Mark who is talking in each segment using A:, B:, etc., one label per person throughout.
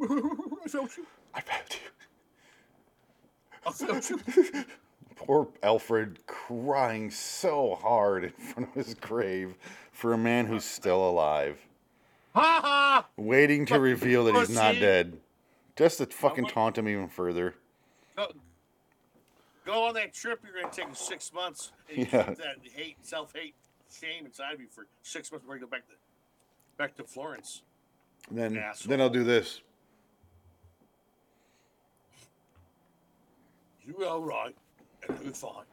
A: I found you.
B: I found you.
A: I found you.
B: Poor Alfred crying so hard in front of his grave for a man who's still alive,
A: Ha ha!
B: waiting to reveal that he's not
A: pussy.
B: dead. Just to fucking taunt him even further.
A: Go, go on that trip you're going to take in six months and you
B: Yeah.
A: keep that hate, self hate, shame inside of you for six months before you go back to back to Florence.
B: And then,
A: Asshole.
B: then I'll do this.
A: You are right, and you're fine.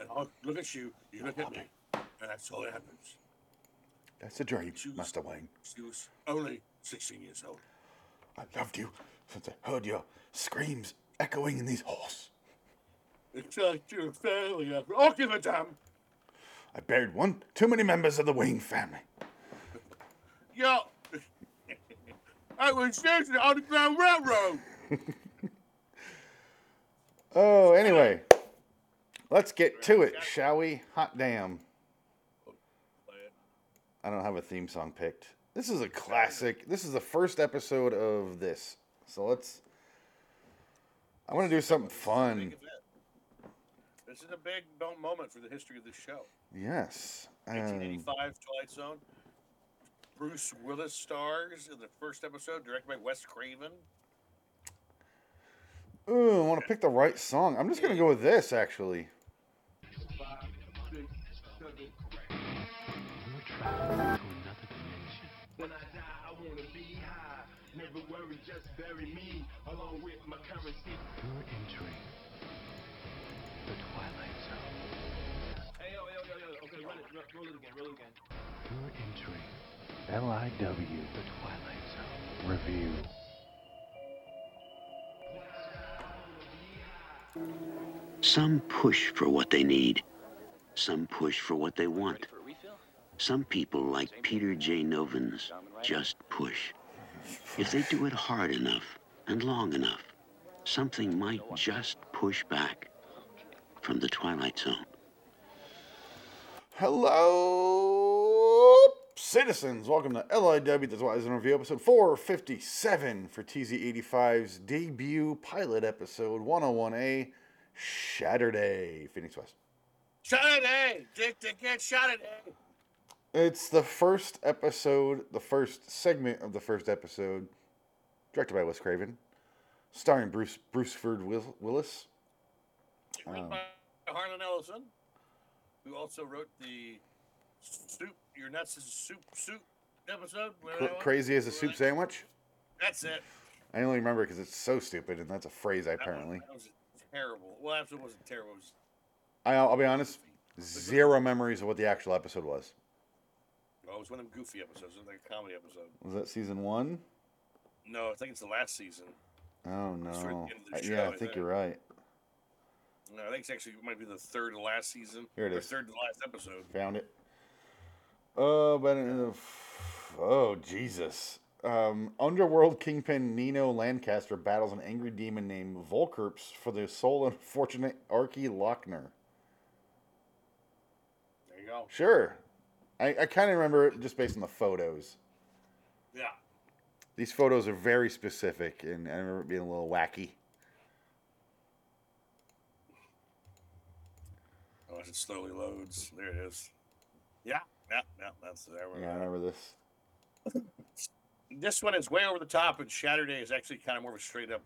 A: And I look at you, you look at me, and that's all that happens.
B: That's a dream,
A: Choose.
B: Master Wayne.
A: She was only 16 years old.
B: I loved you since I heard your screams echoing in these halls.
A: It's like you're a failure. I'll give a damn.
B: I buried one too many members of the Wayne family.
A: Yo, I was chasing the Underground Railroad.
B: Oh, anyway, let's get to it, shall we? Hot damn. I don't have a theme song picked. This is a classic. This is the first episode of this. So let's. I want to do something
A: Big
B: fun.
A: event. This is a big mo- moment for the history of this show.
B: Yes. Um,
A: 1985 Twilight Zone. Bruce Willis stars in the first episode, directed by Wes Craven.
B: ooh, I want to pick the right song. I'm just going to go with this, actually.
C: When I die, I wanna be high. Never worry, just bury me along with my currency.
D: You're entering the Twilight Zone.
C: Hey, yo, yo, yo, yo. Okay, run it. Ro- Roll it again. Roll it again.
D: You're entering L-I-W, the Twilight Zone. Review.
E: Some push for what they need. Some push for what they want. Some people, like Peter J. Novins, just push. If they do it hard enough and long enough, something might just push back from the Twilight Zone.
B: Hello, citizens. Welcome to LIW, that's why it's an review episode 457 for TZ85's debut pilot episode 101A, Saturday, Phoenix West.
A: Shot it, hey! Dick, dick, get shot it, hey!
B: Hmm. It's the first episode, the first segment of the first episode, directed by Wes Craven, starring Bruce Bruceford Will- Willis.
A: Written by Harlan Ellison, who also wrote the Soup, Your Nuts is Soup Soup episode.
B: Cra- crazy as a soup
A: sandwich.
B: sandwich.
A: That's it.
B: I only remember because it's so stupid, and that's a phrase I
A: That one-
B: apparently.
A: That was terrible. Well, actually, it wasn't terrible. It was
B: I, I'll be honest, zero memories of what the actual episode was.
A: Well, it was one of them goofy episodes. It was like a comedy episode.
B: Was that season one?
A: No, I think it's the last season.
B: Oh
A: It's toward the
B: no!
A: end of the
B: I-
A: show,
B: yeah, I
A: I
B: think
A: think.
B: you're right.
A: No, I think it's actually it might be the third to last season.
B: Here it
A: or
B: is.
A: Third to last episode.
B: Found it. Oh, but uh, f- oh Jesus! Um, underworld kingpin Nino Lancaster battles an angry demon named Volkerps for the soul of unfortunate Archie Lochner.
A: There you go.
B: Sure, I, I kind of remember it just based on the photos.
A: Yeah.
B: These photos are very specific, and I remember it being a little wacky.
A: Unless Oh, it slowly loads. There it is. Yeah. Yeah. Yeah. That's there. we
B: Yeah, I
A: go.
B: remember this.
A: This one is way over the top, and Saturday is actually kind of more of a straight up.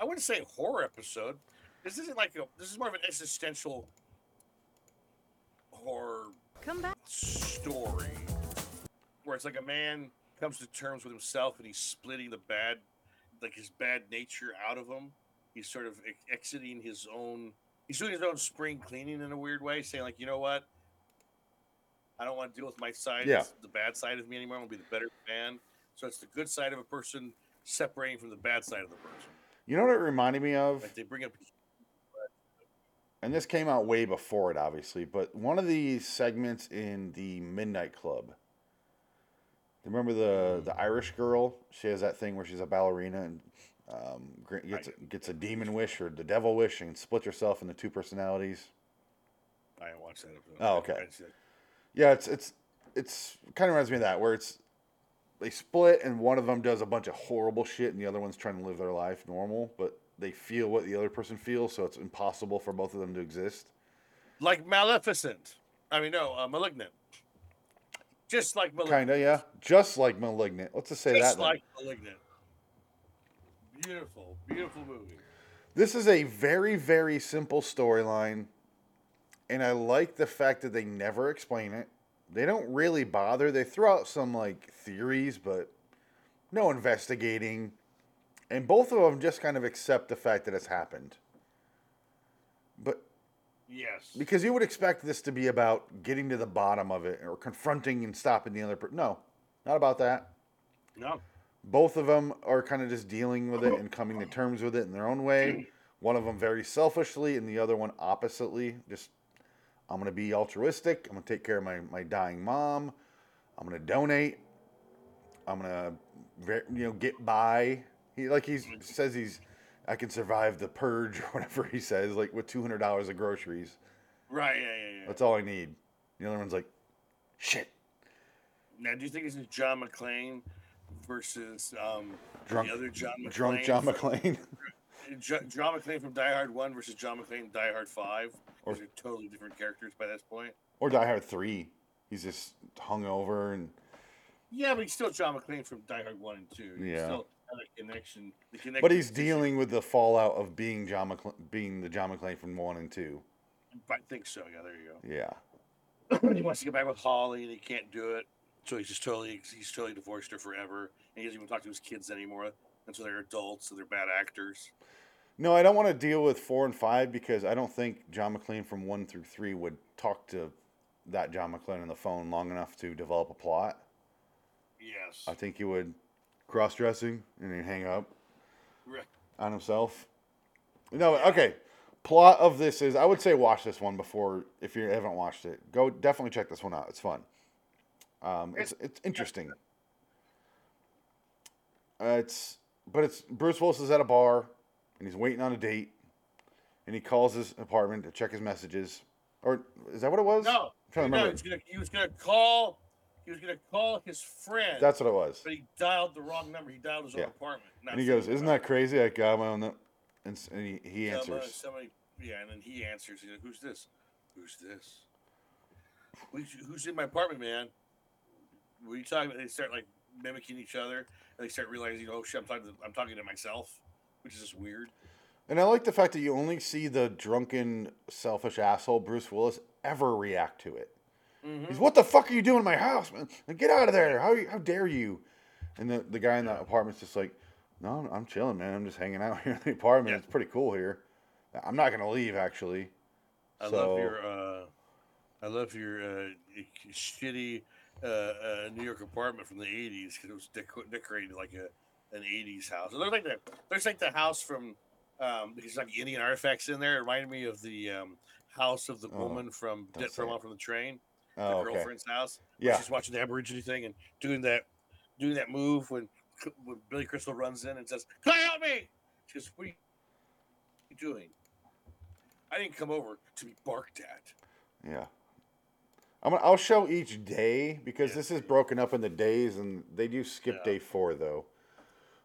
A: I wouldn't say horror episode. This isn't like a. This is more of an existential horror
F: Come back.
A: story where it's like a man comes to terms with himself and he's splitting the bad like his bad nature out of him he's sort of ex- exiting his own he's doing his own spring cleaning in a weird way saying like you know what i don't want to deal with my side
B: Yeah.
A: the bad side of me anymore i'm gonna be the better man so it's the good side of a person separating from the bad side of the person
B: You know what it reminded me of?
A: like they bring up
B: and this came out way before it, obviously, but one of the segments in the Midnight Club. Remember the the Irish girl? She has that thing where she's a ballerina and um, gr- gets gets a demon wish or the devil wish and splits herself into two personalities.
A: i didn't watch that episode.
B: Oh, okay.
A: I didn't see that.
B: Yeah, it's it's it's kind of reminds me of that where it's they split, and one of them does a bunch of horrible shit, and the other one's trying to live their life normal, but they feel what the other person feels, so it's impossible for both of them to exist.
A: Like Maleficent. I mean, no, uh, Malignant. Just like Malignant.
B: Kinda, yeah. Just like Malignant. Let's just say
A: Just
B: that. then.
A: like Malignant. Beautiful, beautiful movie.
B: This is a very, very simple storyline. And I like the fact that they never explain it. They don't really bother. They throw out some like theories, but no investigating. And both of them just kind of accept the fact that it's happened. But
A: Yes.
B: because you would expect this to be about getting to the bottom of it or confronting and stopping the other person. No, not about that
A: No.
B: both of them are kind of just dealing with it and coming to terms with it in their own way. One of them very selfishly, and the other one oppositely. Just, I'm going to be altruistic. I'm going to take care of my, my dying mom. I'm going to donate. I'm going to, you know, get by. He like he says he's, I can survive the purge or whatever he says. Like with two hundred dollars of groceries,
A: Right. Yeah. Yeah. yeah.
B: that's all I need. The other one's like, shit,
A: Now, do you think it's John McClane versus um,
B: Drunk-
A: the other John McClane?
B: drunk John
A: from-
B: McClane.
A: Jo- John McClane from Die Hard One versus John McClane Die Hard Five.
B: Or-
A: Those are totally different characters by this point.
B: or Die Hard three. He's just hungover and.
A: Yeah, but he's still John McClane from Die Hard One and Two. You
B: Yeah.
A: Still have a connection. The connection.
B: But he's dealing with the fallout of being John McCl- being the John McClane from one and two.
A: I think so. Yeah. There you go.
B: Yeah,
A: he wants to get back with Holly, and he can't do it. So he's just totally he's totally divorced her forever, and he doesn't even talk to his kids anymore. And so they're adults, so they're bad actors.
B: no, I don't want to deal with four and five because I don't think John McClane from one through three would talk to that John McClane on the phone long enough to develop a plot.
A: Yes.
B: I think he would cross dressing and he'd hang up
A: Right.
B: on himself. No, okay. Plot of this is I would say watch this one before if you haven't watched it. Go definitely check this one out. It's fun. Um, it's it's interesting. Uh, it's but it's Bruce Willis is at a bar and he's waiting on a date and he calls his apartment to check his messages or is that what it was?
A: No,
B: I'm trying to
A: no,
B: remember.
A: he's gonna, he was gonna call. He was gonna call his friend.
B: That's what it was.
A: but he dialed the wrong number. He dialed his
B: Yeah.
A: own apartment. not
B: And he goes,
A: somebody
B: "Isn't
A: else."
B: that crazy? I got my own." nu-" And, s- and he, he
A: Some, uh,
B: answers.
A: Somebody, yeah, and then he answers. He's like, "Who's this? Who's this? Who's, who's in my apartment, man? What are you talking about?" They start like mimicking each other, and they start realizing, "Oh shit, I'm talking to I'm talking to myself," which is just weird.
B: And I like the fact that you only see the drunken, selfish asshole Bruce Willis ever react to it. He's, what the fuck are you doing in my house, man? Now Get out of there. How, how dare you? And the, the guy in the apartment's just like, no, I'm, I'm chilling, man. I'm just hanging out here in the apartment.
A: Yeah.
B: It's pretty cool here. I'm not going to leave, actually.
A: I
B: So-
A: love your, uh, I love your uh, shitty uh, uh, New York apartment from the '80s because it was deco- decorated like a an '80s house. It looked like the looks like the house from um, there's like Indian artifacts in there. It reminded me of the um, house of the
B: Oh,
A: woman from
B: don't
A: Dead
B: say
A: from
B: it.
A: Off from the Train, the
B: Oh, okay.
A: girlfriend's house. where
B: Yeah.
A: she's watching the Aborigine thing and doing that doing that move when when Billy Crystal runs in and says, "Come help me!" She goes, "What are you doing?" I didn't come over to be barked at.
B: Yeah. I'm gonna, I'll show each day because this is broken up into days, and they do skip day four, though.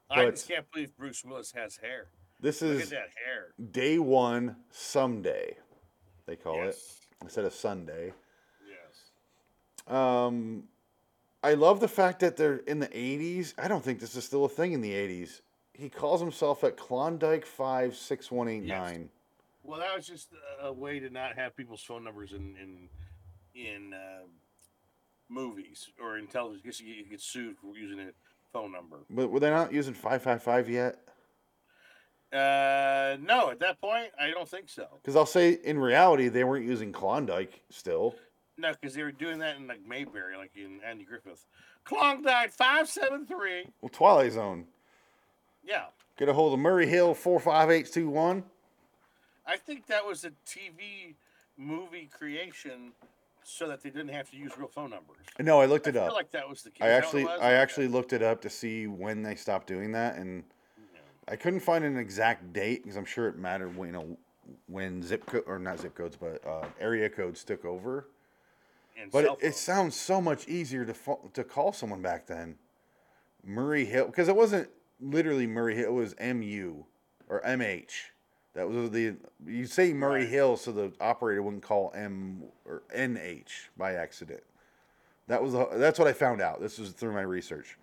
A: I
B: But-
A: just can't believe Bruce Willis has hair.
B: This
A: Look at
B: is
A: that hair.
B: day one, someday, they call it.
A: Yes.
B: instead of Sunday.
A: Yes.
B: Um, I love the fact that they're in the 80s. I don't think this is still a thing in the 80s. He calls himself at Klondike 56189.
A: Well, that was just a way to not have people's phone numbers in in in uh, movies or in television. Because you get sued for using a phone number.
B: But were they not using 555 yet?
A: Uh, no, at that point, I don't think so.
B: Because I'll say in reality, they weren't using Klondike still.
A: No, because they were doing that in like Mayberry, like in Andy Griffith. Klondike five seven three.
B: Well, Twilight Zone.
A: Yeah,
B: Get a hold of Murray Hill 45821.
A: I think that was a TV movie creation so that they didn't have to use real phone numbers.
B: No, I looked
A: I
B: it
A: feel
B: up.
A: like that was the case.
B: I
A: Is that what it
B: actually
A: was?
B: I
A: Okay.
B: actually looked it up to see when they stopped doing that, and I couldn't find an exact date because I'm sure it mattered when you know when zip code or not zip codes but uh, area codes took over.
A: And
B: But it,
A: cell
B: it
A: phones.
B: sounds so much easier to fo- to call someone back then. Murray Hill because it wasn't literally Murray Hill, it was MU or MH. That was the you say Murray
A: Right.
B: Hill so the operator wouldn't call M or NH by accident. That was the, that's what I found out. This was through my research.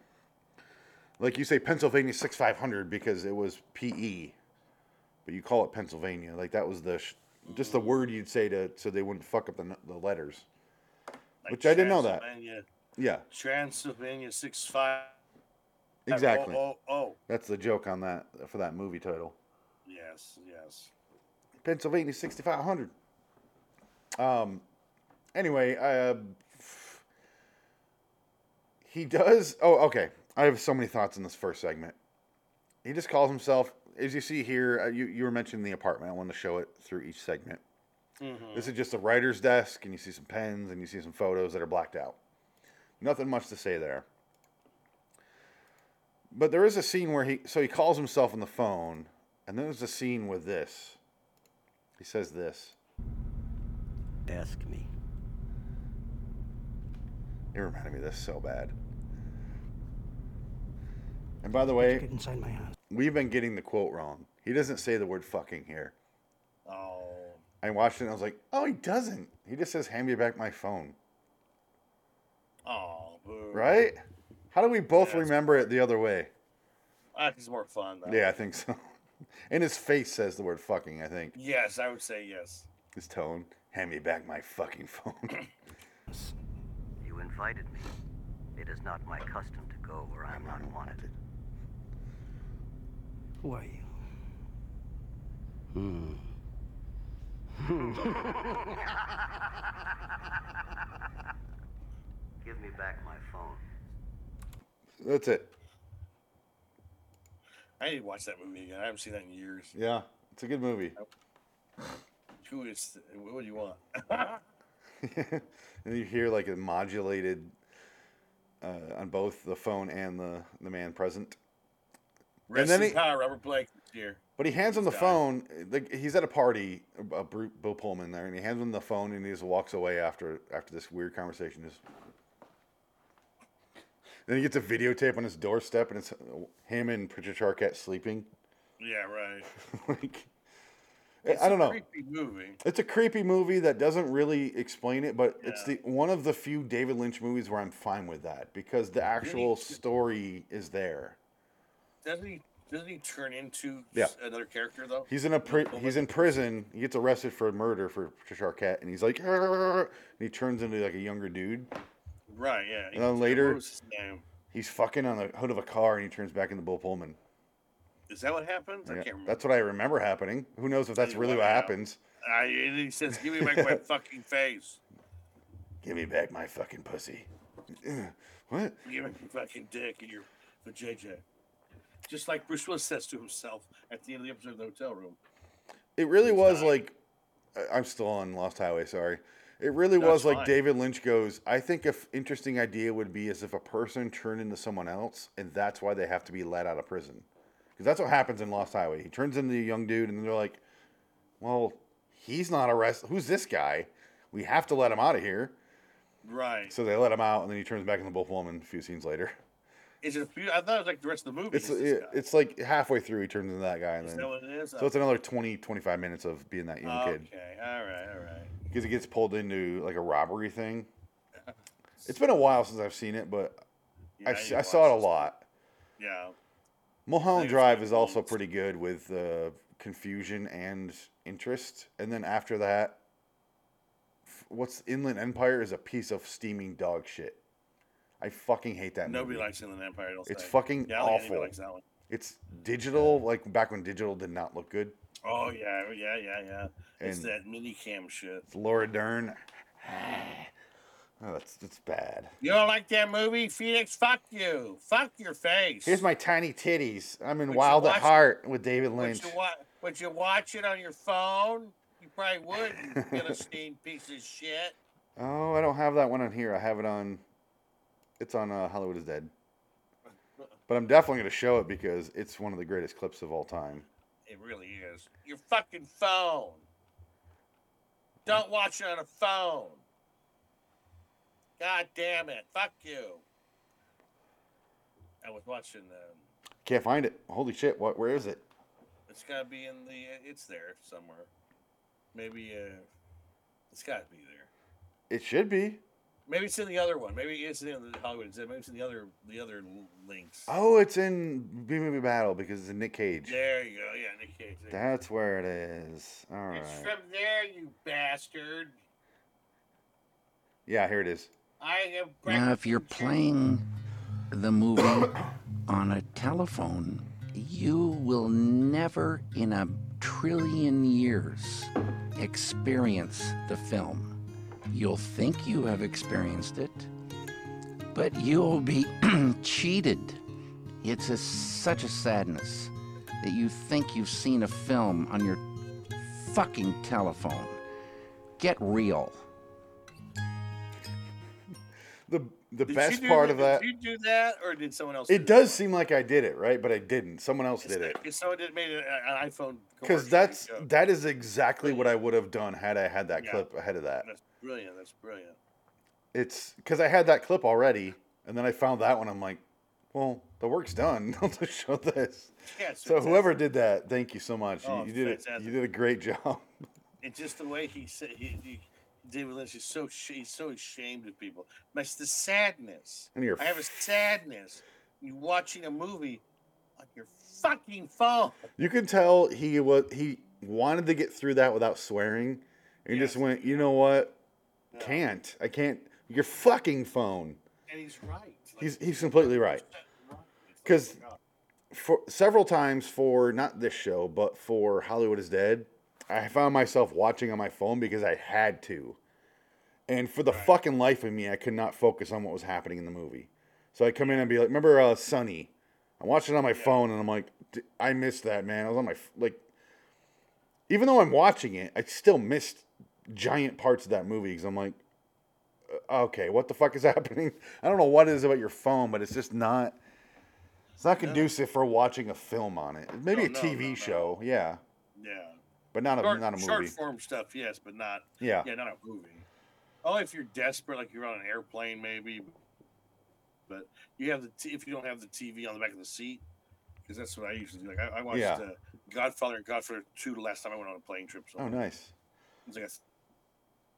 B: Like you say Pennsylvania 6500 because it was PE. But you call it Pennsylvania. Like that was the sh- just the word you'd say to so they wouldn't fuck up the, n- the letters.
A: Like
B: Which I didn't know that.
A: Transylvania,
B: Yeah,
A: Transylvania six five.
B: exactly.
A: Oh, oh, oh.
B: That's the joke on that for that movie title.
A: yes, yes.
B: Pennsylvania 6500. Um, anyway, I, uh, he does. Oh, okay. I have so many thoughts in this first segment. He just calls himself, as you see here, uh, you, you were mentioning the apartment. I wanted to show it through each segment.
A: Mhm.
B: This is just a writer's desk, and you see some pens and you see some photos that are blacked out. Nothing much to say there. But there is a scene where he so he calls himself on the phone, and then there's a scene with this. He says this.
F: Ask me.
B: It reminded me of this so bad. And by the
F: Let's
B: way,
F: get inside my house.
B: we've been getting the quote wrong. He doesn't say the word fucking here.
A: Oh,
B: I watched it and I was like, oh, he doesn't. He just says, hand me back my phone.
A: oh, boo.
B: Right? How do we both
A: Yeah, it's-
B: remember it the other way?
A: I think it's more fun. Though.
B: Yeah, I think so. And his face says the word fucking, I think.
A: Yes, I would say yes.
B: His tone. Hand me back my fucking phone.
E: You invited me. It is not my custom to go where I'm not wanted.
F: Who are you?
E: Give me back my phone.
B: That's it.
A: I need to watch that movie again. I haven't seen that in years.
B: Yeah. It's a good movie.
A: Who is? What do you want?
B: and you hear like a modulated uh, on both the phone and the, the man present.
A: Rest
B: then
A: in
B: he-
A: power, Robert Blake. This year.
B: But he hands him the
A: Guy.
B: phone. Like he's at a party, uh, Bru- Bill Pullman there, and he hands him the phone, and he just walks away after after this weird conversation. Just then he gets a videotape on his doorstep, and it's him and Patricia Arquette sleeping.
A: Yeah, right.
B: like
A: It's
B: I don't
A: a
B: know.
A: Creepy movie.
B: It's a creepy movie that doesn't really explain it, but it's
A: Yeah.
B: the one of the few David Lynch movies where I'm fine with that because the actual story is there.
A: Doesn't he? Doesn't he turn into
B: Yeah.
A: s- another character though?
B: He's in a
A: oh
B: pri- he's in prison. He gets arrested for murder for Patricia Arquette, and he's like, "Arr!" and he turns into like a younger dude.
A: right. Yeah. he-
B: And then later-
A: what was his name?
B: He's fucking on the hood of a car, and he turns back into Bill Pullman.
A: Is that what happened? I
B: Yeah,
A: can't remember.
B: that's what I remember happening. Who knows if that's
A: Either
B: really
A: way,
B: what
A: yeah.
B: happens?
A: I, and he says, "Give me back my fucking face.
B: Give me back my fucking pussy. what?
A: Give me your fucking dick and your for JJ." Just like Bruce Willis says to himself at the end of the episode of the hotel room.
B: It really was like I- I'm still on Lost Highway, sorry. It really
A: No,
B: was
A: it's
B: like
A: fine.
B: David Lynch goes, I think a f- interesting idea would be as if a person turned into someone else and that's why they have to be let out of prison. Cuz that's what happens in Lost Highway. He turns into a young dude and they're like, "Well, he's not arrested. Who's this guy? We have to let him out of here."
A: Right.
B: So they let him out and then he turns back into Wolf Woman a few scenes later.
A: Is it a few? I thought it was like the rest of the movie.
B: It's
A: is this
B: it,
A: guy.
B: it's like halfway through he turns into that guy and
A: Is
B: then
A: that what it is? Oh,
B: so it's another 20 25 minutes of being that young kid.
A: Okay. All right. All right.
B: because it gets pulled into like a robbery thing. It's been a while since I've seen it, but
A: Yeah,
B: I,
A: need
B: s-
A: to
B: I
A: watch
B: saw it a
A: this.
B: lot.
A: Yeah.
B: Mulholland
A: it's
B: Drive
A: been
B: is
A: a
B: also
A: while.
B: pretty good with uh, confusion and interest. And then after that, f- what's Inland Empire is a piece of steaming dog shit. I fucking hate that movie.
A: Nobody likes Inland Empire. Don't
B: It's
A: say.
B: fucking
A: yeah, I don't think
B: awful.
A: anybody likes that one.
B: It's digital, like back when digital did not look good.
A: Oh yeah, yeah, yeah, yeah. It's
B: And-
A: that mini cam shit.
B: It's Laura Dern. Oh, that's that's bad.
A: You don't like that movie, Phoenix? Fuck you. Fuck your face.
B: Here's my tiny titties. I'm in
A: Would you
B: Wild
A: watch
B: at
A: it?
B: Heart with David
A: Would
B: Lynch.
A: you, wa- would you watch it on your phone? You probably would. You Philistine piece of shit.
B: Oh, I don't have that one on here. I have it on. It's on uh, Hollywood is Dead. But I'm definitely going to show it because it's one of the greatest clips of all time.
A: It really is. Your fucking phone. Don't watch it on a phone. God damn it. Fuck you. I was watching. Um,
B: Can't find it. Holy shit! What? Where is it?
A: it's gotta be in the. uh, It's there somewhere. Maybe uh, it's gotta be there.
B: It should be.
A: Maybe it's in the other one. Maybe it's in the Hollywood. Exhibit. Maybe it's in the other the other l- links.
B: Oh, it's in B movie battle because it's in Nick Cage.
A: There you go. Yeah, Nick Cage. There you
B: That's where it is. All
A: go.
B: right.
A: It's from there, you bastard.
B: Yeah, here it is.
A: I have.
G: Now, if you're playing the movie on a telephone, you will never in a trillion years experience the film. You'll think you have experienced it, but you'll be cheated. It's a, such a sadness that you think you've seen a film on your fucking telephone. Get real.
B: The the
A: Did you
B: best
A: do
B: part of
A: did
B: that.
A: you do that, or did someone else? do
B: It
A: that?
B: does seem like I did it, right? But I didn't. Someone else did it.
A: If someone did made an an iPhone.
B: Because
A: commercial,
B: that's
A: there you go.
B: that is exactly what I would have done had I had that
A: Yeah.
B: clip ahead of that.
A: that's brilliant. That's brilliant.
B: It's because I had that clip already, and then I found that one. I'm like, well, the work's done. I'll just show this.
A: Yeah, it's
B: So whoever
A: fantastic.
B: did that, thank you so much. You-
A: Oh,
B: you, did it. You
A: fantastic.
B: did a great job.
A: and just the way he said he, he David Lynch is so sh- he's so ashamed of people. That's the sadness.
B: And your
A: I have a sadness. You watching a movie on your fucking phone.
B: You can tell he was he wanted to get through that without swearing, and he just
A: Yes.
B: went, you know what? Can't I can't your fucking phone.
A: And he's right. Like,
B: He's he's completely right.
A: right. It's like,
B: 'cause-
A: oh,
B: For several times for not this show, but for Hollywood is Dead, I found myself watching on my phone because I had to, and for the fucking life of me, I could not focus on what was happening in the movie. So I come in and be like, remember uh, Sunny? I'm watching it on my phone, and I'm like, D- I missed that man. I was on my f- like even though I'm watching it, I still missed giant parts of that movie because I'm like, "Uh, okay, what the fuck is happening? I don't know what it is about your phone, but it's just not. It's not conducive for watching a film on it. Maybe
A: No,
B: a
A: Oh, no,
B: TV
A: no, no.
B: show, yeah,
A: yeah.
B: but not a
A: Short,
B: not a movie.
A: short form stuff, yes, but not
B: Yeah.
A: yeah, not a movie. Oh, if you're desperate, like you're on an airplane, maybe. But you have the t- if you don't have the TV on the back of the seat, because that's what I usually do. Like I, I watched
B: Yeah.
A: uh, Godfather and Godfather Two the last time I went on a plane trip. So
B: Oh, nice.
A: it was like a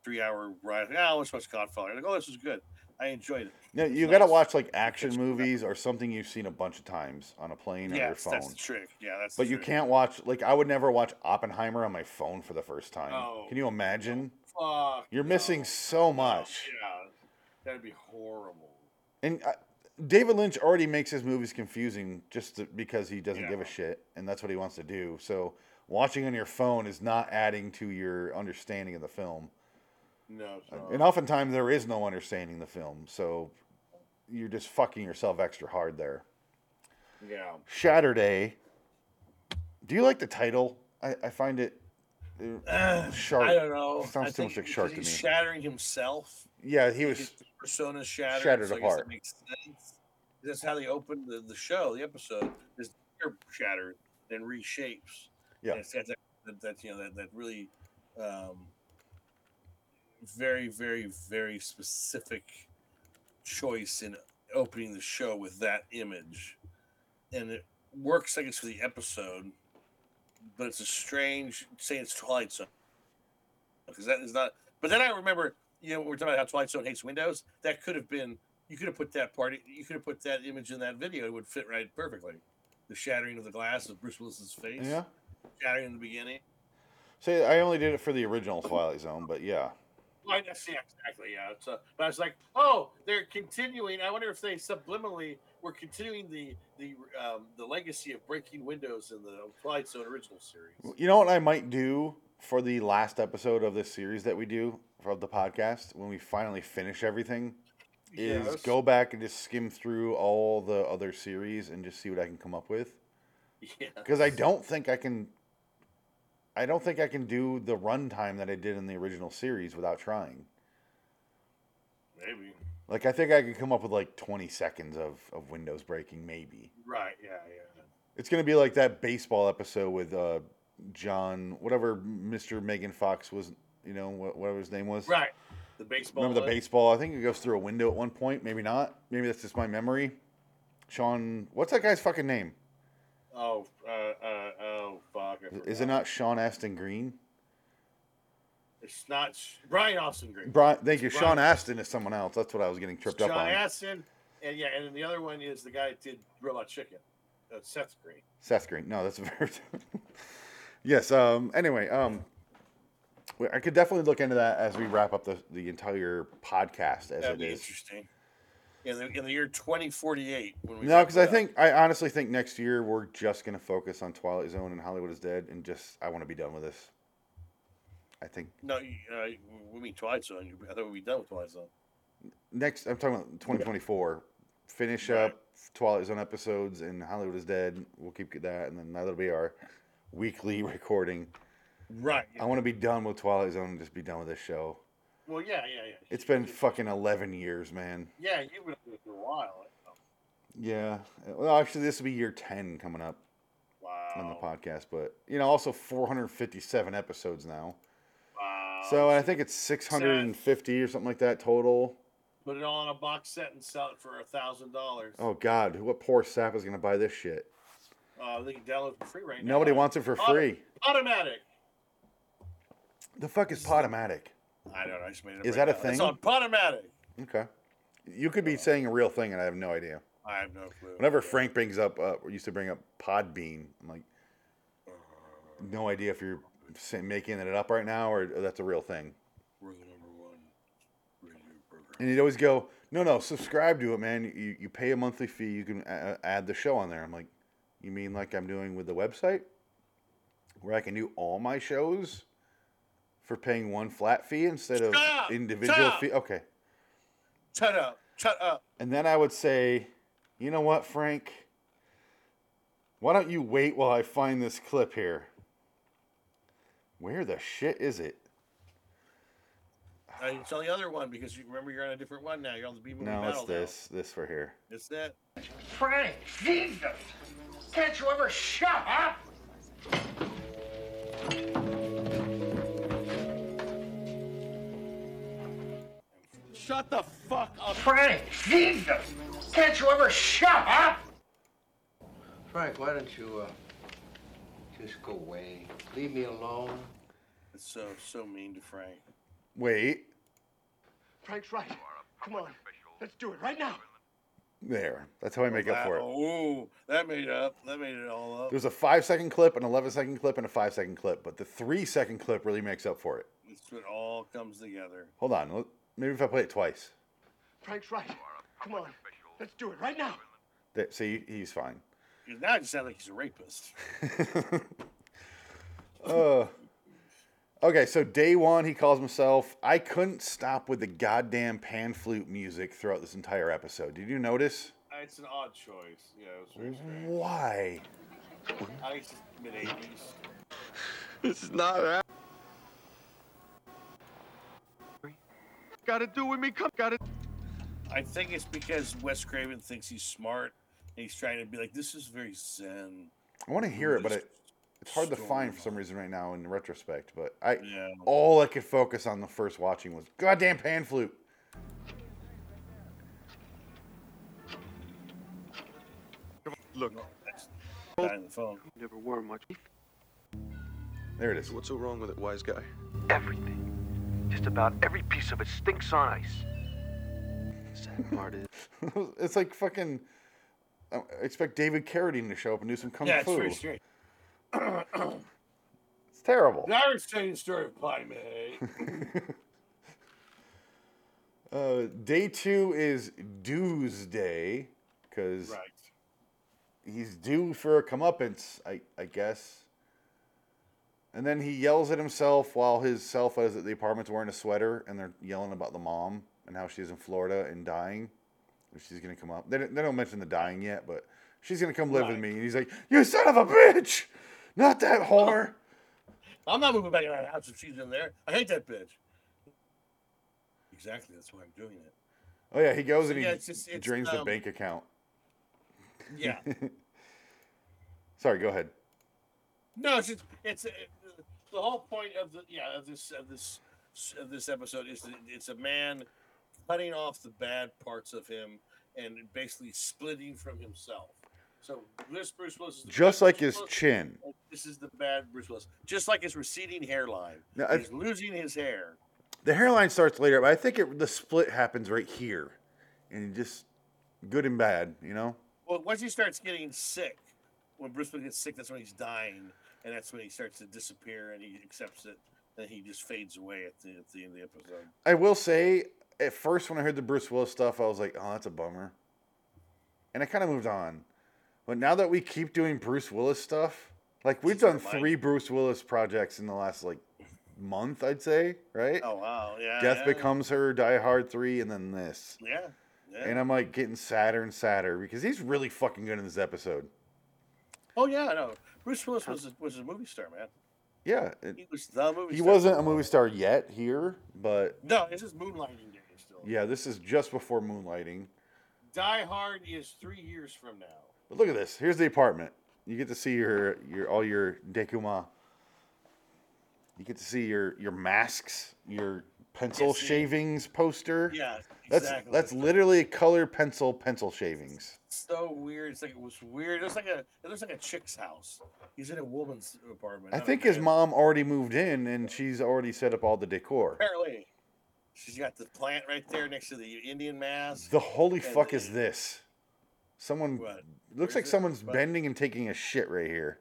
A: three hour ride. Yeah, let's watch Godfather. Like, oh, this is good. I enjoyed it.
B: No,
A: It's
B: you got to
A: nice.
B: watch like action movies or something you've seen a bunch of times on a plane or your
A: Yes, that's
B: phone.
A: the trick. Yeah, that's. the
B: But you
A: trick.
B: can't watch like I would never watch Oppenheimer on my phone for the first time.
A: Oh.
B: Can you imagine?
A: Fuck.
B: You're
A: no.
B: missing so much.
A: Yeah, that'd be horrible.
B: And uh, David Lynch already makes his movies confusing just to, because he doesn't give a
A: Yeah.
B: shit, and that's what he wants to do. So watching on your phone is not adding to your understanding of the film,
A: No. it's not.
B: Uh, and oftentimes there is no understanding of the film. So you're just fucking yourself extra hard there.
A: yeah.
B: Shatterday. Do you like the title? I, I find it. uh, shark.
A: I don't know.
B: Sounds
A: I
B: too much
A: think
B: like shark to
A: he's
B: me.
A: Shattering himself.
B: yeah, he was.
A: His persona shattered.
B: shattered
A: so I guess
B: apart.
A: That makes sense. That's how they opened the, the show, the episode. His hair shattered, then reshapes.
B: Yeah.
A: And it's got that, that, that you know that that really, um, very very very specific choice in opening the show with that image, and it works, I guess, for the episode. But it's a strange saying it's Twilight Zone because that is not. But then I remember, you know, when we're talking about how Twilight Zone hates Windows. That could have been. You could have put that party. You could have put that image in that video. It would fit right perfectly. The shattering of the glass of Bruce Willis's face.
B: Yeah.
A: Shattering in the beginning.
B: Say I only did it for the original Twilight Zone, but yeah.
A: Right. That's yeah, exactly. Yeah. It's, uh, but I was like, oh, they're continuing. I wonder if they subliminally were continuing the the um, the legacy of breaking windows in the Twilight Zone original series.
B: You know what I might do for the last episode of this series that we do of the podcast when we finally finish everything is
A: Yes.
B: go back and just skim through all the other series and just see what I can come up with
A: Yeah.
B: because I don't think I can I don't think I can do the runtime that I did in the original series without trying.
A: Maybe.
B: Like I think I could come up with like 20 seconds of of windows breaking maybe.
A: Right. Yeah. Yeah.
B: It's gonna be like that baseball episode with uh, John, whatever Mr. Megan Fox was, you know, wha- whatever his name was.
A: Right. The baseball.
B: Remember the
A: one?
B: baseball? I think it goes through a window at one point. Maybe not. Maybe that's just my memory. Sean, what's that guy's fucking name?
A: Oh, uh, uh, oh, fuck. I
B: Is
A: forgot.
B: it not Sean Aston Green?
A: It's not Brian Austin Green.
B: Brian, thank you. Sean
A: Brian.
B: Aston is someone else. That's what I was getting tripped
A: Sean
B: up on.
A: Astin, and yeah, and then the other one is the guy that did Robot Chicken, uh, Seth Green.
B: Seth Green. No, that's a very. yes. Um. Anyway. Um. we- I could definitely look into that as we wrap up the, the entire podcast as
A: That'd
B: it
A: be
B: is.
A: interesting. In the, in the year 2048, when we
B: No,
A: wrap
B: because
A: it
B: I
A: up.
B: think I honestly think next year we're just gonna focus on Twilight Zone and Hollywood is Dead and just I want to be done with this. I think
A: no, you- uh, we mean Twilight Zone. I thought we'd be done with Twilight Zone.
B: next I'm talking about 2024. Finish
A: Right.
B: up Twilight Zone episodes and Hollywood is Dead. We'll keep that, and then that'll be our weekly recording.
A: Right.
B: I want to be done with Twilight Zone and just be done with this show.
A: Well, yeah, yeah, yeah.
B: It's been fucking 11 years, man.
A: Yeah, you've been doing it for a while.
B: Yeah. Well, actually, this will be year 10 coming up
A: Wow.
B: on the podcast, but, you know, also 457 episodes now.
A: Wow.
B: So I think it's 650 or something like that total.
A: put it all in a box set and sell it for a thousand dollars.
B: Oh, God. who- What poor sap is going to buy this shit?
A: Uh, they can download it for free right now.
B: Nobody wants it for
A: Auto-
B: free.
A: Automatic.
B: The fuck is Podomatic?
A: I don't know. I just made it.
B: Is
A: right
B: that a
A: now. It's
B: thing?
A: on Podomatic.
B: Okay. You could be saying a real thing, and I have no idea.
A: I have no clue.
B: Whenever Frank brings up, uh, used to bring up Podbean, I'm like, no idea if you're sa- making it up right now or that's a real thing.
A: We're the number one radio program.
B: And he'd always go, "No, no, subscribe to it, man. You, you pay a monthly fee. You can a- a- add the show on there." I'm like, "You mean like I'm doing with the website, where I can do all my shows for paying one flat fee instead of
A: Shut up!
B: individual
A: Shut up!
B: fee?" Okay.
A: Shut up! Shut up!
B: And then I would say, "You know what, Frank? Why don't you wait while I find this clip here? Where the shit is it?"
A: Uh, it's on the other one because you remember you're on a different one now. You're on the B movie
B: No, it's
A: battle. now.
B: this. This right here.
A: It's that.
H: Frank, Jesus! Can't you ever shut up?
A: Shut the fuck up!
H: Frank, Jesus! Can't you ever shut up?
F: Frank, why don't you uh, just go away? Leave me alone.
A: It's so so mean to Frank.
B: Wait.
H: Frank's right. Come on, let's do it right now.
B: There. That's how I make up for it.
A: Oh, that made up. That made it all up.
B: There's a five second clip, an 11 second clip, and a five second clip, but the three second clip really makes up for it.
A: It's what all comes together.
B: Hold on. let- Maybe if I play it twice.
H: Frank's right. Come on, let's do it right now.
B: That, see, he's fine.
A: 'Cause Now I just sound like he's a rapist.
B: Uh, Okay, so day one, he calls himself. I couldn't stop with the goddamn pan flute music throughout this entire episode. Did you notice?
A: Uh, It's an odd choice. Yeah, it was very strange.
B: Why?
A: I think it's just mid eighties.
H: Gotta do with me, come, gotta.
A: I think it's because Wes Craven thinks he's smart and he's trying to be like, this is very zen.
B: I want to hear it, but it, it's hard to
A: Story
B: find for some reason right now in retrospect. But I,
A: Yeah.
B: all I could focus on the first watching was goddamn pan flute.
I: Look,
A: That's guy on the phone.
I: never were much.
B: There it is.
I: What's so wrong with it, wise guy?
D: Everything. Just about every piece of it stinks on ice.
I: Sad part is,
B: it's like fucking. I expect David Carradine to show up and do some kung
A: Yeah, it's
B: fu.
A: very
B: It's,
A: strange.
B: terrible.
A: The Irish telling the story of Pie Man.
B: Uh, day two is dues day because
A: right.
B: he's due for a comeuppance, I, I guess. And then he yells at himself while his self is at the apartment's wearing a sweater, and they're yelling about the mom and how she's in Florida and dying. If she's gonna come up, they don't, they don't mention the dying yet, but she's gonna come live with me. And he's like, "You son of a bitch, not that
A: Oh.
B: whore."
A: I'm not moving back in that house if she's in there. I hate that bitch. Exactly. That's why I'm doing it.
B: Oh yeah, he goes and he
A: Yeah, it's just- it's,
B: drains the
A: um,
B: bank account.
A: Yeah.
B: Sorry, go ahead.
A: No, it's just, it's uh, the whole point of the yeah of this of this of this episode is that it's a man cutting off the bad parts of him and basically splitting from himself. So this Bruce Willis, is the
B: Just
A: bad
B: like
A: Bruce
B: his
A: Willis,
B: chin.
A: and This is the bad Bruce Willis, just like his receding hairline.
B: Now, I-
A: He's losing his hair.
B: The hairline starts later, but I think it, the split happens right here, and you just good and bad, you know.
A: Well, once he starts getting sick, when Bruce Willis gets sick, that's when he's dying, and that's when he starts to disappear, and he accepts it, and he just fades away at the at the end of the episode.
B: I will say, at first when I heard the Bruce Willis stuff, I was like, "Oh, that's a bummer," and I kind of moved on. But now that we keep doing Bruce Willis stuff, like we've
A: Keeps you
B: done
A: reminded.
B: three Bruce Willis projects in the last like month, I'd say, right?
A: Oh wow, yeah.
B: Death
A: yeah,
B: Becomes Her, Die Hard three, and then this.
A: Yeah, yeah.
B: And I'm like getting sadder and sadder because he's really fucking good in this episode.
A: oh yeah, no. Bruce Willis was a, was a movie star, man.
B: Yeah, it-
A: He was the movie.
B: he
A: star.
B: wasn't a movie star yet here, but
A: No, this is Moonlighting Day still.
B: yeah, this is just before Moonlighting.
A: Die Hard is three years from now.
B: But look at this. Here's the apartment. You get to see your your all your dekuma. You get to see your your masks, your pencil
A: Yes, yeah.
B: shavings poster.
A: Yeah,
B: That's
A: exactly.
B: that's literally color pencil pencil shavings.
A: so weird. It's like it was weird. It looks like a it looks like a chick's house. He's in a woman's apartment.
B: I
A: not a
B: think his
A: man's.
B: mom already moved in and she's already set up all the decor.
A: apparently she's got the plant right there next to the Indian mask.
B: The holy
A: Yeah,
B: fuck
A: the-
B: is this? Someone
A: What?
B: looks
A: Where's
B: like
A: it?
B: someone's
A: What?
B: bending and taking a shit right here.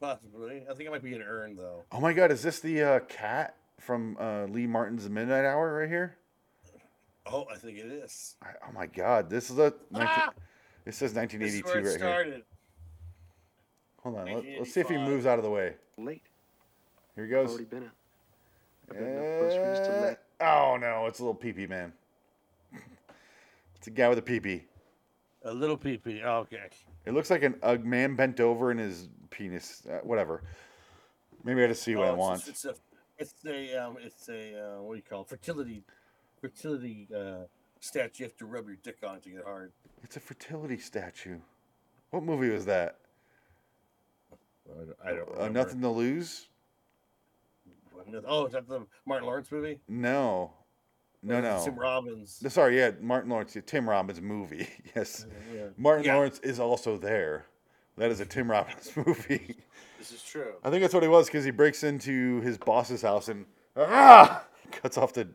A: Possibly. I think it might be an urn though.
B: Oh my god, is this the uh, cat from uh, Lee Martin's Midnight Hour right here?
A: Oh, I think it is.
B: I, oh my god, this is a 19,
A: Ah!
B: this
A: This
B: says
A: is
B: 1982
A: where it
B: E right here.
A: started.
B: Hold on, let, us see if he
A: 1985.
B: moves out of the way.
I: Late.
B: Here he
I: I've
B: goes.
I: already been out. I've had enough groceries to
B: Eh,
I: let.
B: oh no, it's a little peepee man. it's a guy with a peepee.
A: A little peepee. Oh, okay.
B: It looks like an a man bent over and his penis. Uh, whatever. Maybe I just see what I
A: Oh, it's-
B: want.
A: It's, a it's a um it's a uh, what do you call it? fertility fertility uh statue you have to rub your dick on to get hard.
B: It's a fertility statue. What movie was that?
A: I don't- I don't
B: Uh,
A: remember.
B: Nothing to Lose?
A: Oh, is that the Martin Lawrence movie?
B: No. No,
A: Or is it Tim
B: no.
A: Robbins.
B: No, Sorry, yeah, Martin Lawrence, yeah, Tim Robbins movie. Yes.
A: Yeah,
B: Martin
A: Yeah.
B: Lawrence is also there. That is a Tim Robbins movie.
A: this is true.
B: I think that's what it was because he breaks into his boss's house and ah, cuts off the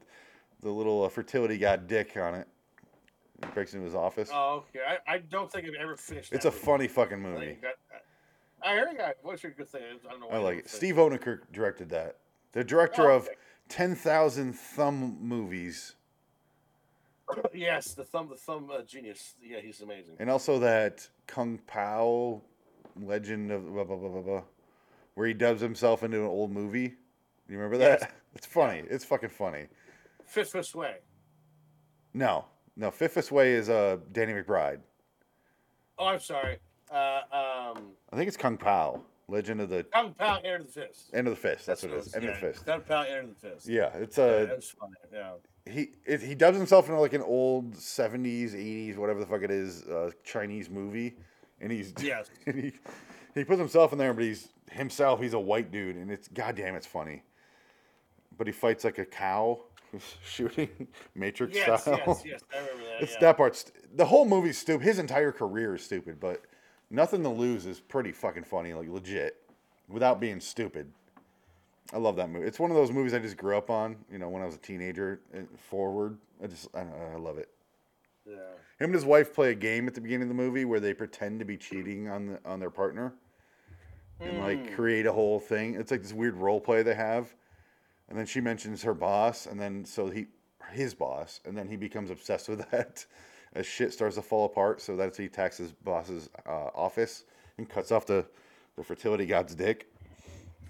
B: the little uh, fertility god dick on it. He breaks into his office.
A: Oh, okay. I, I don't think I've ever finished.
B: it's
A: that
B: a
A: movie.
B: funny fucking
A: I
B: movie.
A: think that- I I heard that. What's your good thing? I don't know. why
B: I like
A: don't
B: it.
A: think-
B: Steve Onekirk directed that. The director
A: Oh,
B: of
A: okay.
B: 10,000 Thumb Movies
A: Yes, the thumb, the thumb uh, genius. Yeah, he's amazing.
B: and also that Kung Pao Legend of blah, blah, blah, blah, blah, where he dubs himself into an old movie. You remember that?
A: Yes.
B: It's funny. It's fucking funny.
A: Fifth Fifth Way.
B: No, no. Fifth Way is uh, Danny McBride.
A: Oh, I'm sorry. Uh, um,
B: I think it's Kung Pao Legend of the
A: Kung Pao Air to the Fist.
B: End of the Fist. That's, what it is. End
A: yeah.
B: of the Fist.
A: Kung Pao Air to the Fist.
B: Yeah, it's uh,
A: Yeah,
B: a
A: that was funny. Yeah.
B: he it, he dubs himself into like an old seventies, eighties, whatever the fuck it is, uh, Chinese movie, and he's
A: Yes.
B: and he he puts himself in there, but he's himself. He's a white dude, and it's goddamn, it's funny. But he fights like a cow, shooting Matrix
A: Yes,
B: style.
A: yes, yes. I remember that.
B: It's
A: yeah.
B: that part's st- the whole movie's stupid. His entire career is stupid, but nothing to lose is pretty fucking funny, like legit, without being stupid. I love that movie. It's one of those movies I just grew up on. You know, when I was a teenager, and forward. I just I, don't know, I love it.
A: Yeah.
B: Him and his wife play a game at the beginning of the movie where they pretend to be cheating on the, on their partner, and like create a whole thing. It's like this weird role play they have, and then she mentions her boss, and then so he his boss, and then he becomes obsessed with that. As shit starts to fall apart, so that's he attacks his boss's uh, office and cuts off the, the fertility god's dick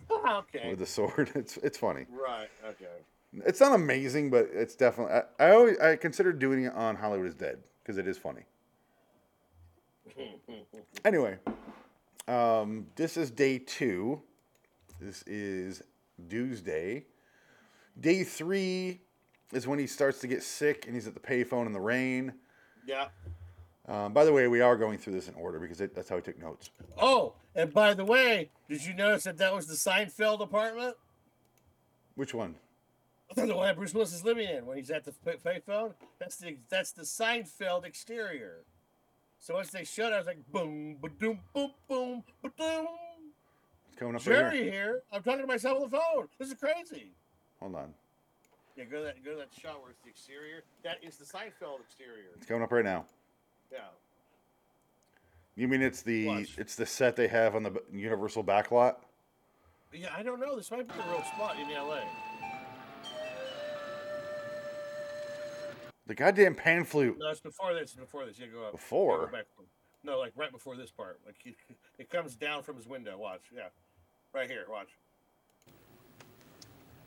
A: Oh, Okay.
B: with a sword. It's it's funny.
A: Right. Okay.
B: It's not amazing, but it's definitely. I, I always I consider doing it on Hollywood is Dead because it is funny. anyway, um, this is day two. This is Doomsday. Day three is when he starts to get sick and he's at the payphone in the rain.
A: Yeah.
B: Um, by the way, we are going through this in order because it, that's how I took notes.
A: Oh, and by the way, did you notice that that was the Seinfeld apartment?
B: Which one?
A: That's the one that Bruce Willis is living in when he's at the pay- payphone. That's the that's the Seinfeld exterior. So once they shut, I was like, boom, ba-doom, boom, boom, ba-doom.
B: It's coming up right
A: Jerry
B: here.
A: here. I'm talking to myself on the phone. This is crazy.
B: Hold on.
A: Yeah, go to that go to that shot where it's the exterior. That is the Seinfeld exterior.
B: It's coming up right now.
A: Yeah.
B: You mean it's the
A: Watch.
B: it's the set they have on the b- Universal backlot?
A: Yeah, I don't know. This might be the real spot in LA.
B: The goddamn pan flute.
A: No, it's before this. Before this, you go up.
B: Before?
A: Go back. No, like right before this part. Like he, it comes down from his window. Watch. Yeah, right here. Watch.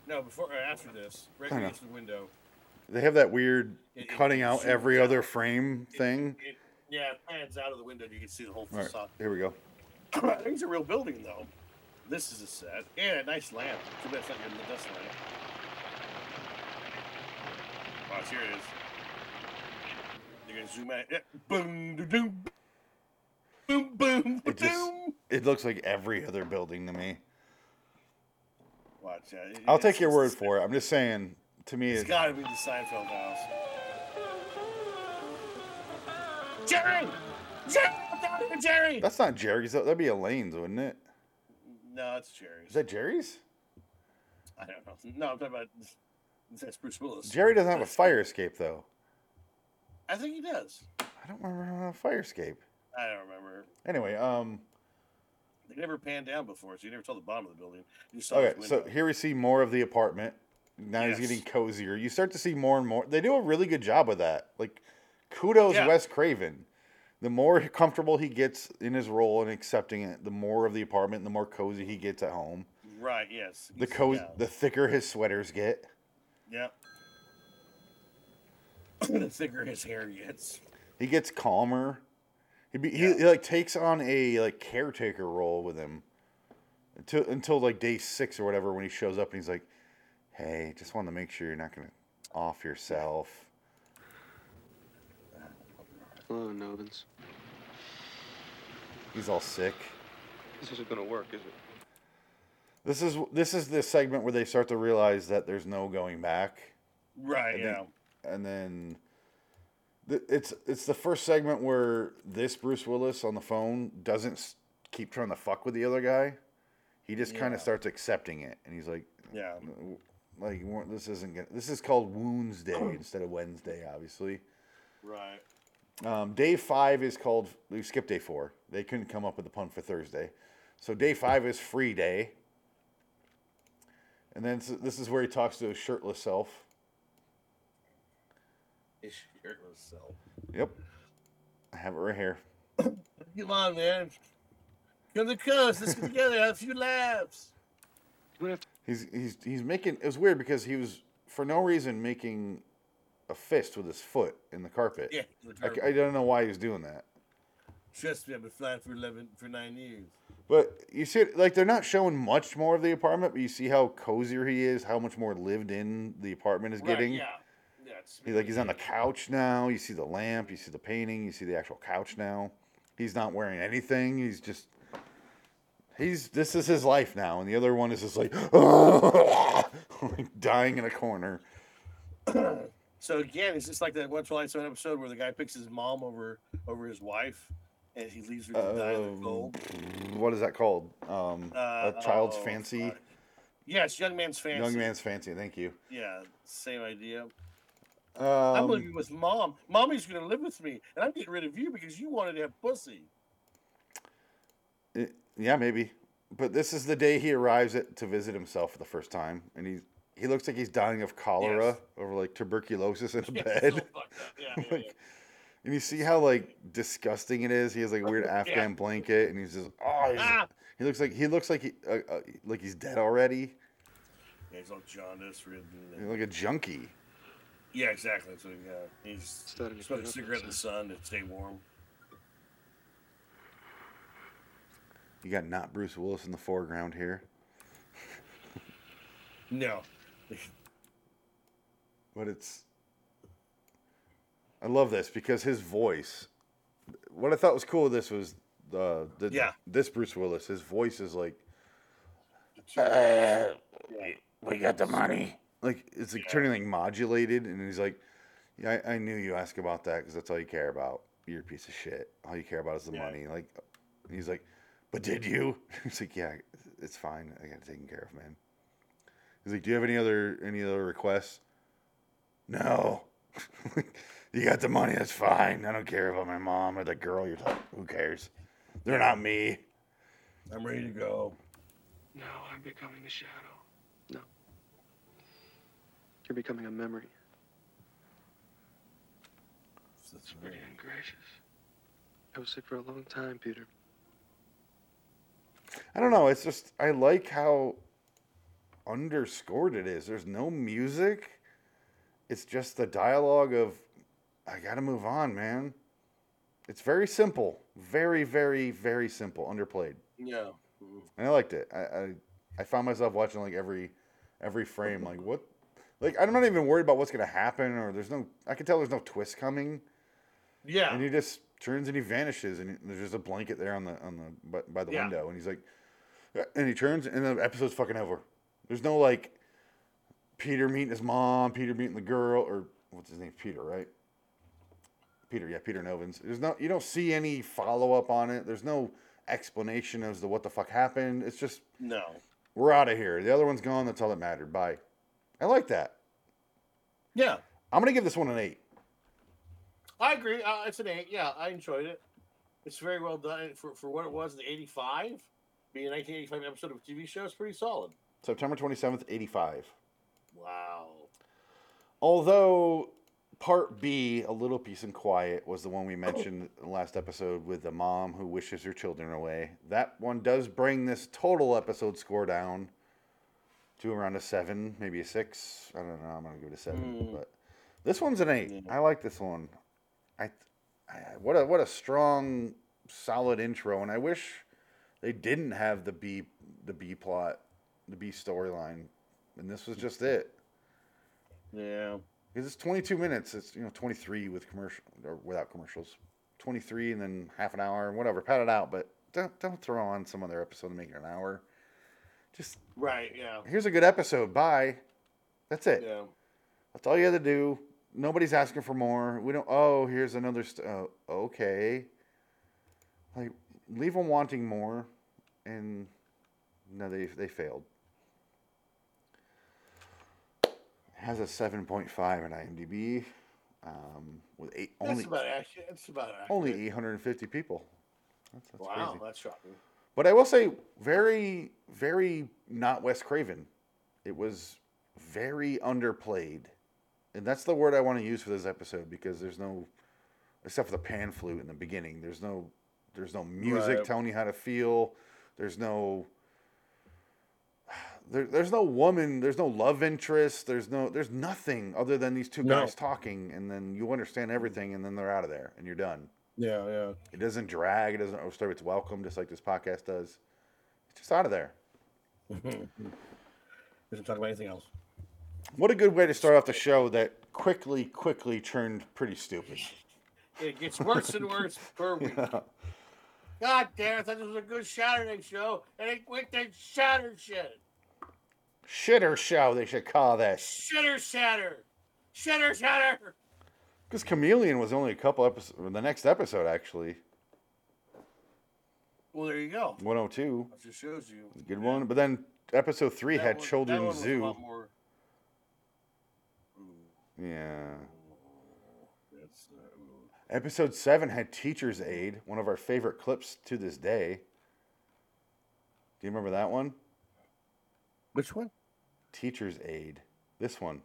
A: No, before or after this, right
B: I know.
A: next to the window.
B: They have that weird
A: It- it
B: cutting out
A: zooms
B: every
A: out.
B: other frame thing.
A: It, yeah, it pans out of the window. and You can see the whole
B: All right,
A: facade.
B: here we go.
A: I think it's a real building though. This is a set and a nice lamp. Too bad it's not good in the dust lamp. Watch, Oh, here it is. They're gonna zoom out. Yeah. Boom, doo, doom, boom, boom,
B: It just-
A: doom.
B: It looks like every other building to me.
A: Watch, uh,
B: I'll take your word for it. I'm just saying. To me,
A: It's
B: it,
A: gotta be the Seinfeld house. Jerry, Jerry, What's happening to Jerry.
B: that's not Jerry's. though. That'd be Elaine's, wouldn't it?
A: No, it's
B: Is
A: Jerry's.
B: that Jerry's?
A: I don't know. No, I'm talking about that's Bruce Willis.
B: Jerry doesn't have a fire escape though.
A: I think he does.
B: I don't remember him on a fire escape.
A: I don't remember.
B: Anyway, um,
A: They never panned down before, so you never saw the bottom of the building. You saw
B: okay,
A: his
B: so
A: window.
B: here we see more of the apartment. Now he's
A: Yes.
B: getting cozier. You start to see more and more. They do a really good job with that. Like, kudos
A: Yeah.
B: Wes Craven. The more comfortable he gets in his role and accepting it, the more of the apartment, the more cozy he gets at home.
A: right, yes,
B: The
A: he's-
B: co-
A: yeah,
B: the thicker his sweaters get.
A: yep. the thicker his hair gets.
B: He gets calmer. He, be, he,
A: Yeah.
B: he like takes on a like caretaker role with him until until like day six or whatever when he shows up and he's like, "Hey, just wanted to make sure you're not gonna off yourself."
I: Hello, Novins.
B: He's all sick.
I: This isn't gonna work, is it?
B: This is this is the segment where they start to realize that there's no going back,
A: Right,
B: And
A: yeah.
B: then- and then th- it's it's the first segment where this Bruce Willis on the phone doesn't s- keep trying to fuck with the other guy. He just kind
A: Yeah.
B: of starts accepting it, and he's like,
A: yeah,
B: like we're- this isn't gonna this is called wounds day instead of wednesday obviously
A: right.
B: um, day five is called we skipped day four they couldn't come up with a pun for thursday so day five is free day and then s- this is where he talks to his shirtless self
A: His shirtless self.
B: yep i have it right here
A: Come on, man. Come to cuss. Let's get together. Have a few laughs.
B: he's he's he's making it was weird because he was for no reason making a fist with his foot in the carpet
A: Yeah.
B: I, c- I don't know why he was doing that
A: Trust me, I've been flying for eleven for nine years.
B: But you see, like they're not showing much more of the apartment, but you see how cozier he is, how much more lived in the apartment is getting.
A: Right, yeah. Yeah, it's
B: He's like he's on the couch now. You see the lamp, you see the painting, you see the actual couch now. He's not wearing anything. He's just he's this is his life now, and the other one is just like, like dying in a corner.
A: So again, it's just like that one Twilight Zone episode where the guy picks his mom over over his wife, and he leaves her to die in
B: Um,
A: the cold.
B: What is that called? Um,
A: Uh,
B: a child's
A: oh,
B: fancy,
A: fuck. Yes, young man's fancy.
B: young man's fancy. Thank you.
A: Yeah, same idea.
B: Um,
A: I'm living with mom. Mommy's gonna live with me, and I'm getting rid of you because you wanted to have pussy.
B: Uh, Yeah, maybe. But this is the day he arrives at, to visit himself for the first time, and he he looks like he's dying of cholera
A: Yes.
B: or like tuberculosis in a
A: Yeah,
B: bed.
A: so fucked up. Yeah, yeah, yeah.
B: Like, and you see how like disgusting it is. He has like a weird Afghan blanket, and he's just oh, he's-
A: Ah!
B: he looks like he looks like he uh, uh, like he's dead already,
A: Yeah, he's all jaundiced, ridden.
B: He's like a junkie.
A: Yeah, exactly. So yeah, uh, he's
I: Starting to
A: smoking a
I: clear up
A: cigarette in the sun to stay warm.
B: You got not Bruce Willis in the foreground here.
A: No,
B: but it's I love this because his voice. What I thought was cool with this was uh, the
A: Yeah.
B: this Bruce Willis. His voice is like
E: We got the money.
B: Like it's like turning like modulated, and he's like, "Yeah, I, I knew you ask about that because that's all you care about. You're a piece of shit. All you care about is the
A: Yeah.
B: money." Like, and he's like, "But did you?" He's like, "Yeah, it's fine. I got it taken care of, man." He's like, "Do you have any other any other requests?" No. Like, you got the money. That's fine. I don't care about my mom or the girl you're talking. Who cares? They're not me.
A: I'm ready to go.
I: Now I'm becoming a shadow. No. You're becoming a memory. It's pretty ungracious. I was sick for a long time, Peter.
B: I don't know. It's just I like how underscored it is. There's no music. It's just the dialogue of I gotta move on, man. It's very simple. Very, very, very simple. Underplayed.
A: Yeah.
B: And I liked it. I, I I found myself watching like every every frame. Like what like I'm not even worried about what's gonna happen or there's no I can tell there's no twist coming.
A: Yeah.
B: And he just turns and he vanishes, and there's just a blanket there on the on the by, by the
A: Yeah.
B: window, and he's like, and he turns, and the episode's fucking over. There's no like, Peter meeting his mom, Peter meeting the girl, or what's his name, Peter, right? Peter, yeah, Peter Novins. There's no, you don't see any follow up on it. There's no explanation as to what the fuck happened. It's just
A: No.
B: we're out of here. The other one's gone. That's all that mattered. Bye. I like that.
A: Yeah.
B: I'm gonna give this one an eight.
A: I agree. Uh, it's an eight. Yeah, I enjoyed it. It's very well done for, for what it was in '85. Being a 1985 episode of a TV show is pretty solid.
B: September 27th, 85.
A: Wow.
B: Although part B, a little peace and quiet, was the one we mentioned in the last episode with the mom who wishes her children away. That one does bring this total episode score down to around a seven, maybe a six. I don't know. I'm gonna give it a seven, but this one's an eight. I like this one. I, th- I what a what a strong, solid intro, and I wish they didn't have the B the B plot, the B storyline, and this was just it.
A: Yeah.
B: Because it's 22 minutes. It's you know 23 with commercial or without commercials. 23 and then half an hour and whatever. Pat it out, but don't don't throw on some other episode and make it an hour. Just
A: Right. Yeah.
B: here's a good episode. Bye. That's it.
A: Yeah.
B: That's all you had to do. Nobody's asking for more. We don't. Oh, here's another. St- oh, okay. Like leave them wanting more, and no, they they failed. It has a seven point five on IMDb, um, with eight
A: That's
B: only
A: about actually. That's about accurate.
B: only eight hundred and fifty people. That's, that's
A: Wow,
B: crazy.
A: that's shocking.
B: But I will say, very, very not Wes Craven. It was very underplayed. And that's the word I want to use for this episode because there's no, except for the pan flute in the beginning, there's no, there's no music
A: Right.
B: telling you how to feel. There's no, there, there's no woman. There's no love interest. There's no, there's nothing other than these two
A: No.
B: guys talking, and then you understand everything, and then they're out of there, and you're done.
A: Yeah. Yeah.
B: It doesn't drag. It doesn't overstay its welcome, just like this podcast does. It's just out of there.
A: Doesn't talk about anything else.
B: What a good way to start off the show that quickly, quickly turned pretty stupid.
A: It gets worse and worse per week. God damn! I thought this was a good Saturday show, and it went to shatter shit.
B: Shitter show, they should call that.
A: Shitter shatter. Shitter shatter.
B: Because Chameleon was only a couple episodes, the next episode actually,
A: Well, there you go.
B: 102.
A: That just shows you.
B: Good one. But then episode three
A: That one-
B: had
A: that one
B: Children's
A: was a
B: Zoo.
A: lot more- Ooh,
B: Yeah.
A: that's, uh, ooh.
B: Episode seven had Teacher's Aid, one of our favorite clips to this day. Do you remember that one?
A: Which one?
B: Teacher's Aid. This one.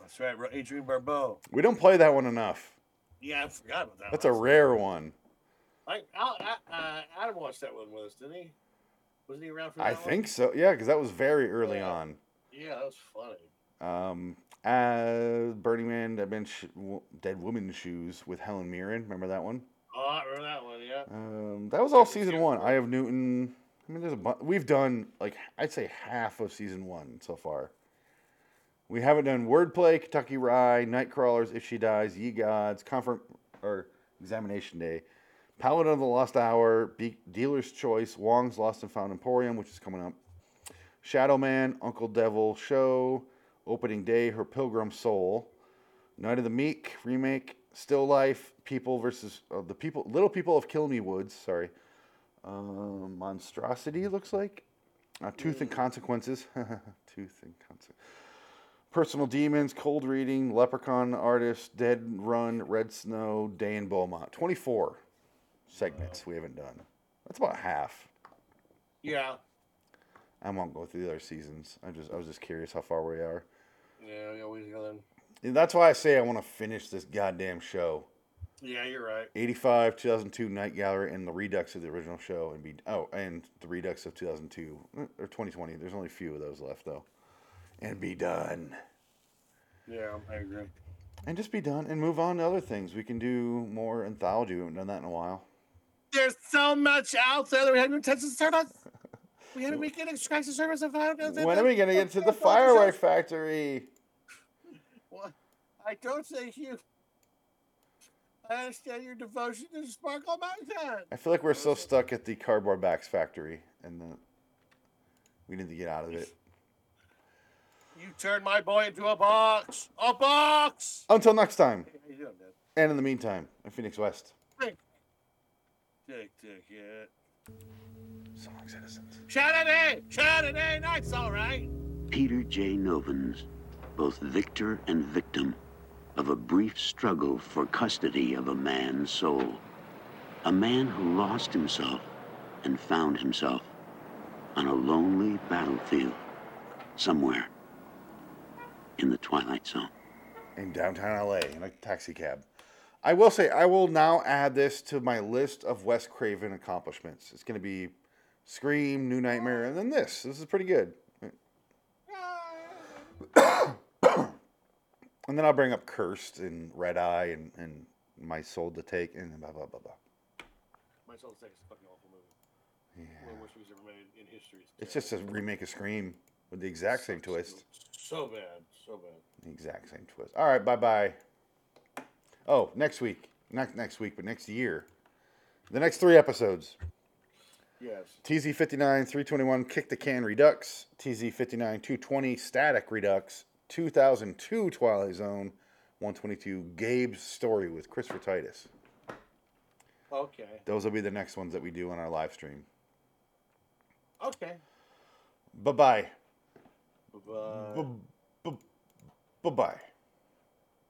A: That's right, Ro- Adrian Barbeau.
B: We don't play that one enough.
A: Yeah, I forgot about that.
B: That's a
A: one.
B: rare one.
A: I, I, I, uh, Adam watched that one with us, didn't he? Wasn't he around for that
B: I
A: one?
B: think so. Yeah, because that was very early
A: Yeah.
B: on.
A: Yeah, that was funny.
B: Um, uh, Burning Man, Dead, Man Sh- Wo- Dead Woman Shoes with Helen Mirren. Remember that one?
A: Oh, I remember that one. Yeah.
B: Um, that was all season one. I have Newton. I mean, there's a bu- we've done like I'd say half of season one so far. We haven't done wordplay, Kentucky Rye, Nightcrawlers, If She Dies, Ye Gods, Confirm or Examination Day, Paladin of the Lost Hour, Be- Dealer's Choice, Wong's Lost and Found Emporium, which is coming up, Shadow Man, Uncle Devil Show, Opening Day, Her Pilgrim Soul, Night of the Meek remake, Still Life, People versus uh, the People, Little People of Kill Me Woods, sorry, um, Monstrosity it looks like, uh, Tooth and Consequences, Tooth and Consequences. Personal Demons, Cold Reading, Leprechaun Artist, Dead Run, Red Snow, Day in Beaumont. 24 segments we haven't done. That's about half.
A: Yeah.
B: I won't go through the other seasons. I just I was just curious how far we are.
A: Yeah, we always go then.
B: And that's why I say I want to finish this goddamn show.
A: Yeah, you're right.
B: 85, 2002 Night Gallery, and the Redux of the original show, and be oh, and the Redux of 2002 eh, or 2020. There's only a few of those left though, and be done.
A: Yeah, I agree.
B: and just be done and move on to other things. We can do more anthology. We haven't done that in a while.
A: There's so much out there that we haven't touched the surface. We haven't been getting scratched the surface of how
B: When are we gonna get to the firework factory?
A: Well, I don't think you. I understand your devotion to Sparkle Mountain.
B: I feel like we're so stuck at the cardboard box factory, and the we need to get out of it.
A: You turned my boy into a box. A box.
B: Until next time,
A: Hey, how you doing, man?
B: and in the meantime, I'm Phoenix West.
A: Take, take it.
B: Sonic citizens.
A: Saturday, Saturday night's all right.
E: Peter J. Novins, both victor and victim of a brief struggle for custody of a man's soul. A man who lost himself and found himself on a lonely battlefield somewhere in the Twilight Zone.
B: in downtown LA in a taxi cab. I will say I will now add this to my list of Wes Craven accomplishments. It's going to be Scream, New Nightmare, and then this. This is pretty good. and then I'll bring up Cursed and Red Eye and, and My Soul to Take and blah blah blah blah.
A: My soul sex is a fucking awful movie. One of the worst movies ever made in history.
B: It's just a remake of Scream with the exact same twist.
A: So bad, so bad.
B: The exact same twist. All right, bye bye. Oh, next week. Not next week, but next year. The next three episodes.
A: Yes.
B: TZ59 321 Kick the Can Redux, TZ59 220 Static Redux, 2002 Twilight Zone, 122 Gabe's Story with Christopher Titus.
A: Okay.
B: Those will be the next ones that we do on our live stream.
A: Okay.
B: Bye bye.
A: Bye.
B: Bye bye.